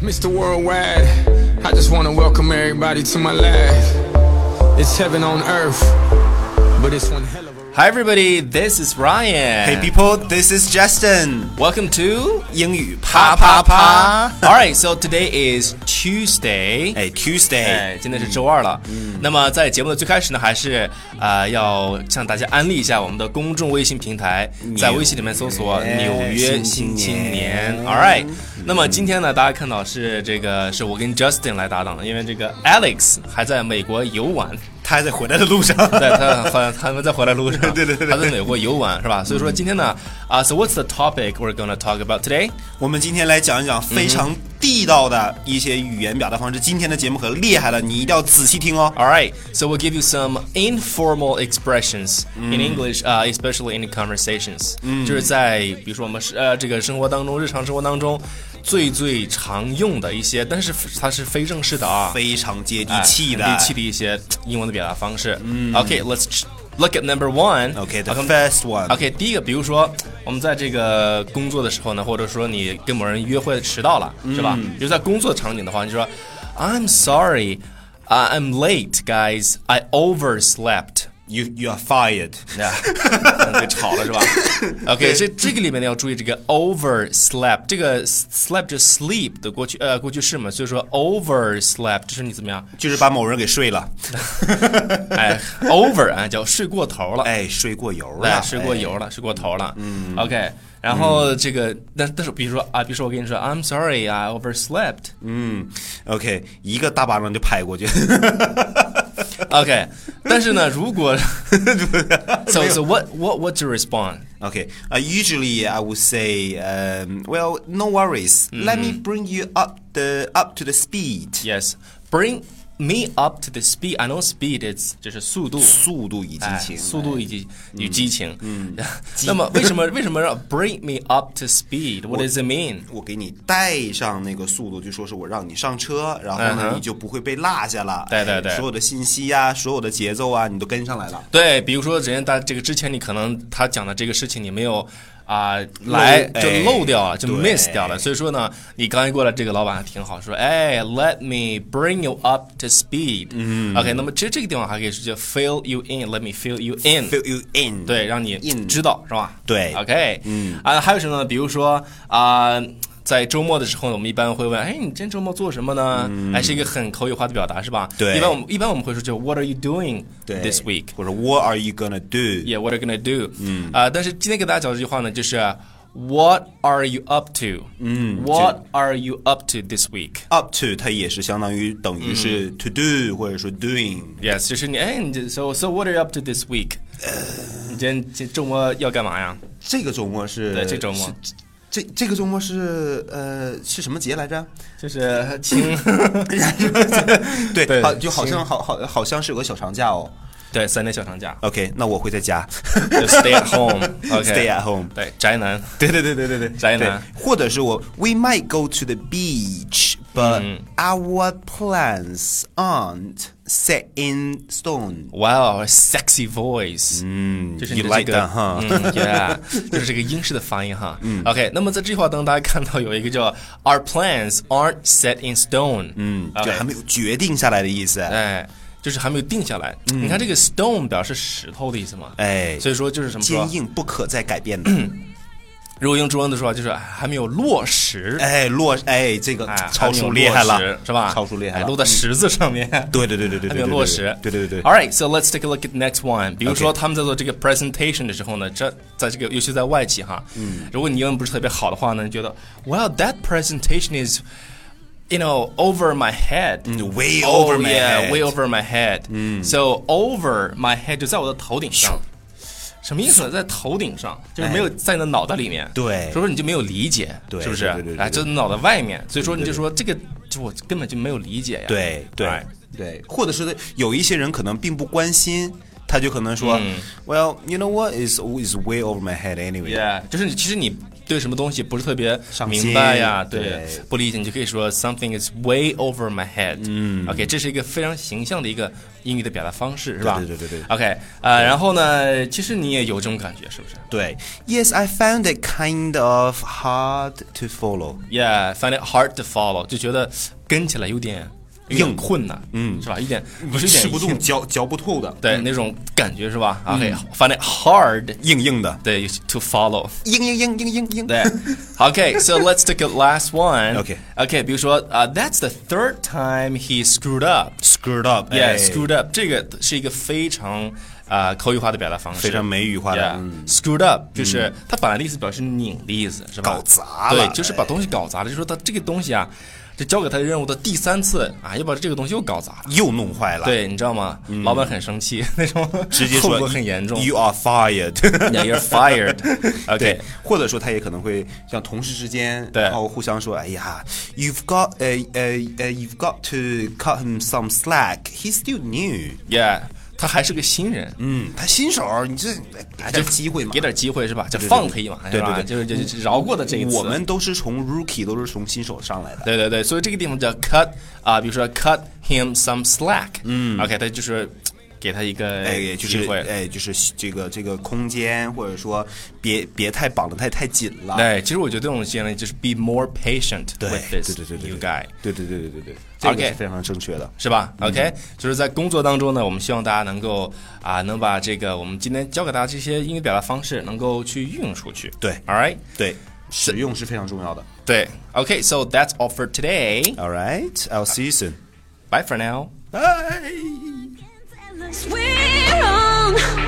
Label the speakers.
Speaker 1: Mr. Worldwide, I just want to welcome everybody to my life. It's heaven on earth, but it's one hell of a
Speaker 2: Hi everybody, this is Ryan.
Speaker 3: Hey people, this is Justin.
Speaker 2: welcome to
Speaker 3: 英语啪
Speaker 2: 啪啪
Speaker 3: 啪啪
Speaker 2: 啪。。All right, so today is Tuesday.
Speaker 3: 哎
Speaker 2: 哎，
Speaker 3: ，Tuesday，
Speaker 2: 今天是周二了。
Speaker 3: 嗯
Speaker 2: 那么在节目的最开始呢，还是呃要向大家安利一下我们的公众微信平台，在微信里面搜索“纽约新
Speaker 3: 新
Speaker 2: 青年
Speaker 3: 青年”。
Speaker 2: All right，那么今天呢，大家看到是这个是我跟 Justin 来搭档的，因为这个 Alex 还在美国游玩。
Speaker 3: 他还在回来的 路上。
Speaker 2: 在他他他们在回来路上，
Speaker 3: 对对对对
Speaker 2: 他在美国游玩是吧？所以说今天呢，啊、s o what's the topic we're gonna talk about today？
Speaker 3: 我们今天来讲一讲非常地道的一些语言表达方式。今天的节目可厉害了，你一定要仔细听哦。
Speaker 2: All right, so we'll give you some informal expressions
Speaker 3: Mm.
Speaker 2: in English, uh, especially in conversations，、就是在比如说我们是呃这个生活当中，日常生活当中最最常用的一些，但是它是非正式的啊，
Speaker 3: 非常接地
Speaker 2: 哎
Speaker 3: 气的。
Speaker 2: 很地气的一些英文的表达方式。Okay, let's look at number one.
Speaker 3: OK，the、
Speaker 2: 好看
Speaker 3: first one。
Speaker 2: OK，第一个，比如说我们在这个工作的时候呢，或者说你跟某人约会迟到了，是吧？比如在工作场景的话，你就说 I'm sorry, I- I'm late, guys, I overslept。
Speaker 3: You you are fired。
Speaker 2: 呀，嗯被吵了是吧？OK，这这个里面呢要注意这个 overslept，这个 slept 就是 sleep 的过去呃过去式嘛，所以说 overslept 就是你怎么样？
Speaker 3: 就是把某人给睡了，
Speaker 2: 哎，over 啊叫睡过头了，
Speaker 3: 哎，睡过油
Speaker 2: 哎，
Speaker 3: 了，
Speaker 2: 睡过油了，睡过头了。嗯，OK。然后这个，但但是比如说啊，比如说我跟你说，I'm sorry, I overslept。
Speaker 3: 哎。OK，一个大巴掌就拍过去。
Speaker 2: OK，但 是呢，如果，so so what what what's your response？
Speaker 3: Okay. Uh, usually, I would say, um, well, no worries. Let me
Speaker 2: Mm-hmm.
Speaker 3: bring you up the up to the speed.
Speaker 2: Yes, bring me up to the speed. I know speed is 就是速度。
Speaker 3: 速度与激
Speaker 2: 哎
Speaker 3: 情，
Speaker 2: 速度以及与激情。嗯， 那么为什么为什么要 bring me up to speed? What does it mean?
Speaker 3: 我给你带上那个速度，就说是我让你上车，然后
Speaker 2: 嗯
Speaker 3: 呢，
Speaker 2: 哼
Speaker 3: 你就不会被落下了。
Speaker 2: 对对
Speaker 3: 哎
Speaker 2: 对
Speaker 3: 所有的信息呀、所有的节奏啊，你都跟上来了。
Speaker 2: 对，比如说，人家大这个之前你可能他讲的这个事情你没有啊、来就
Speaker 3: 哎
Speaker 2: 漏掉了，就
Speaker 3: 对
Speaker 2: miss 掉了。所以说呢，你刚一过来，这个老板还挺好，说哎，let me bring you up to speed。嗯，OK，那么其实这个地方还可以是叫 fill you in，let me fill you in。
Speaker 3: Fill you in，
Speaker 2: 对，让你
Speaker 3: in
Speaker 2: 知道是吧？
Speaker 3: 对
Speaker 2: ，OK，嗯啊，还有什么呢？比如说啊。在周末的时候呢，我们一般会问：“哎，你今天周末做什么呢？”哎，是一个很口语化的表达，是吧？
Speaker 3: 对
Speaker 2: 一般我们一般我们会说就 “What are you doing
Speaker 3: 对
Speaker 2: this week？”
Speaker 3: 或者 What are you gonna do？
Speaker 2: Yeah, what are you gonna do？嗯
Speaker 3: Mm.
Speaker 2: 啊、但是今天给大家讲这句话呢，就是 What are you up to？嗯，What
Speaker 3: Mm,
Speaker 2: are you up to this week？
Speaker 3: Up to 它也是相当于等于
Speaker 2: 嗯
Speaker 3: 是 to do 或者说 doing，
Speaker 2: Yes，就是你哎，你这 so so what are you up to this week？你今天这周末要干嘛呀？
Speaker 3: 这个周末是
Speaker 2: 对这周末
Speaker 3: 是这这个周末是呃是什么节来着？
Speaker 2: 就是清
Speaker 3: 对，
Speaker 2: 对
Speaker 3: 好就好像好好好像是有个小长假哦。
Speaker 2: 对三天小长 假
Speaker 3: OK，那我会 在家。
Speaker 2: 就，stay at home，OK，stay、
Speaker 3: Stay at home
Speaker 2: 对，宅男。
Speaker 3: 对对对对对对，
Speaker 2: 宅
Speaker 3: 对
Speaker 2: 男。
Speaker 3: 或者是我，We might go to the beach, but、our
Speaker 2: 嗯
Speaker 3: plans aren't set in stone。
Speaker 2: Wow, sexy voice，嗯，就是你的
Speaker 3: you like
Speaker 2: 这个
Speaker 3: that, huh？
Speaker 2: 嗯，Yeah，就是 这个英式的发音哈。嗯，OK，那么在这句话当中，大家看到有一个叫 Our plans aren't set in stone，嗯
Speaker 3: 就还没有决定下来的意思。
Speaker 2: 哎，就是还没有定下来。你看这个 stone 表示石头的意思嘛，
Speaker 3: 嗯哎
Speaker 2: 所以说就是什么说
Speaker 3: 坚，硬不可再改变 的，
Speaker 2: 如果用中文的说，就是还没有落实。
Speaker 3: 哎，落哎，这个
Speaker 2: 哎，
Speaker 3: 超
Speaker 2: 还没
Speaker 3: 叔
Speaker 2: 有
Speaker 3: 厉害
Speaker 2: 落
Speaker 3: 了
Speaker 2: 实，是吧？
Speaker 3: 超叔厉害
Speaker 2: 哎
Speaker 3: 了，嗯
Speaker 2: 落在石子上面。
Speaker 3: 对对对对对
Speaker 2: 还
Speaker 3: 对，
Speaker 2: 没有落实。
Speaker 3: 对对对对。
Speaker 2: All right, so let's take a look at next one. 比如说他们在做这个 presentation 的时候呢，这在这个尤其在外企哈，
Speaker 3: 嗯
Speaker 2: 如果你英文不是特别好的话呢，你觉得 Well, that presentation is, you know, over my head. Oh,
Speaker 3: 嗯 way over my
Speaker 2: yeah,
Speaker 3: head 嗯
Speaker 2: way over my head. So over my head 就在我的头顶上。什么意思呢？在头顶上，就是没有在你的脑袋里面，
Speaker 3: 哎对
Speaker 2: 所以说你就没有理解，
Speaker 3: 对
Speaker 2: 是不是？
Speaker 3: 对对对对
Speaker 2: 哎，
Speaker 3: 对
Speaker 2: 就脑袋外面，所以说你就说这个，就我根本就没有理解呀。
Speaker 3: 对对
Speaker 2: Right
Speaker 3: 对，或者是有一些人可能并不关心，他就可能说、w e l l you know what is is way over my head anyway。
Speaker 2: Yeah，就是你其实你对什么东西不是特别
Speaker 3: 上心
Speaker 2: 明白呀，对，
Speaker 3: 对
Speaker 2: 不理解，你就可以说 something is way over my head。嗯，OK，这是一个非常形象的一个英语的表达方式，是吧？
Speaker 3: 对对对对对
Speaker 2: OK，呃，然后呢，其实你也有这种感觉，是不是
Speaker 3: 对，Yes, I found it kind of hard to follow.
Speaker 2: ？Yeah，find it hard to follow，就觉得跟起来有点有点
Speaker 3: 硬
Speaker 2: 困难，嗯，是吧？有点不是有点
Speaker 3: 吃不
Speaker 2: 硬
Speaker 3: 动、嗯嚼嚼不透的，
Speaker 2: 对那种感觉是吧？OK，find it hard，
Speaker 3: 硬硬的，
Speaker 2: 对，to follow。
Speaker 3: 硬硬硬硬硬硬。
Speaker 2: 对，OK。So let's take a last one.
Speaker 3: Okay.
Speaker 2: OK，比如说啊、t h a t s the third time he screwed up.
Speaker 3: Screwed up.
Speaker 2: Yeah,
Speaker 3: 哎
Speaker 2: screwed up. 这个是一个非常啊、口语化的表达方式，
Speaker 3: 非常美语化的
Speaker 2: Yeah,
Speaker 3: 嗯
Speaker 2: screwed up 就是它本来的意思表示拧的意思，是吧？
Speaker 3: 搞砸了
Speaker 2: 对，就是把东西搞砸了，就说他这个东西啊，这交给他的任务的第三次啊，又把这个东西又搞砸了。
Speaker 3: 又弄坏了，，
Speaker 2: 对，你知道吗？老板很生气， 那种
Speaker 3: 嗯直接
Speaker 2: 后
Speaker 3: 说
Speaker 2: 果很严重。
Speaker 3: You are fired。
Speaker 2: Yeah, you're fired. OK，
Speaker 3: 啊对，或者说他也可能会像同事之间，
Speaker 2: 对
Speaker 3: 然后互相说，哎呀，You've got 呃呃呃，You've got to cut him some slack. He's still new.
Speaker 2: Yeah，他还是个新人。
Speaker 3: 嗯，他新手儿，你这给他点机会嘛
Speaker 2: 给。点机会是吧？就放他一马，是
Speaker 3: 对
Speaker 2: 吧
Speaker 3: 对对
Speaker 2: 就是就是就是饶过的这一次。
Speaker 3: 我们都是从 rookie，都是从新手上来的。
Speaker 2: 对对对，所以这个地方叫 cut 啊，比如说 cut him some slack，嗯，OK，他就是给他一个
Speaker 3: 哎，就
Speaker 2: 机
Speaker 3: 是
Speaker 2: 会。
Speaker 3: 哎，就是这个这个空间，或者说别别太绑得太太紧了。
Speaker 2: 对，其实我觉得这种建议就是 be more patient
Speaker 3: 啊对
Speaker 2: with
Speaker 3: 对
Speaker 2: this
Speaker 3: 对对对
Speaker 2: new
Speaker 3: 对
Speaker 2: guy，
Speaker 3: 对对对对对对，这个
Speaker 2: OK
Speaker 3: 是非常正确的。
Speaker 2: 是吧？OK，就是在工作当中呢，我们希望大家能够啊，能把这个我们今天教给大家这些英语表达方式能够去运用出去。
Speaker 3: 对
Speaker 2: ，All right，
Speaker 3: 对，使用是非常重要的。
Speaker 2: 对，OK，so that's all for today，bye
Speaker 3: All right, I'll see you soon.
Speaker 2: for now。
Speaker 3: Bye.
Speaker 4: We're wrong.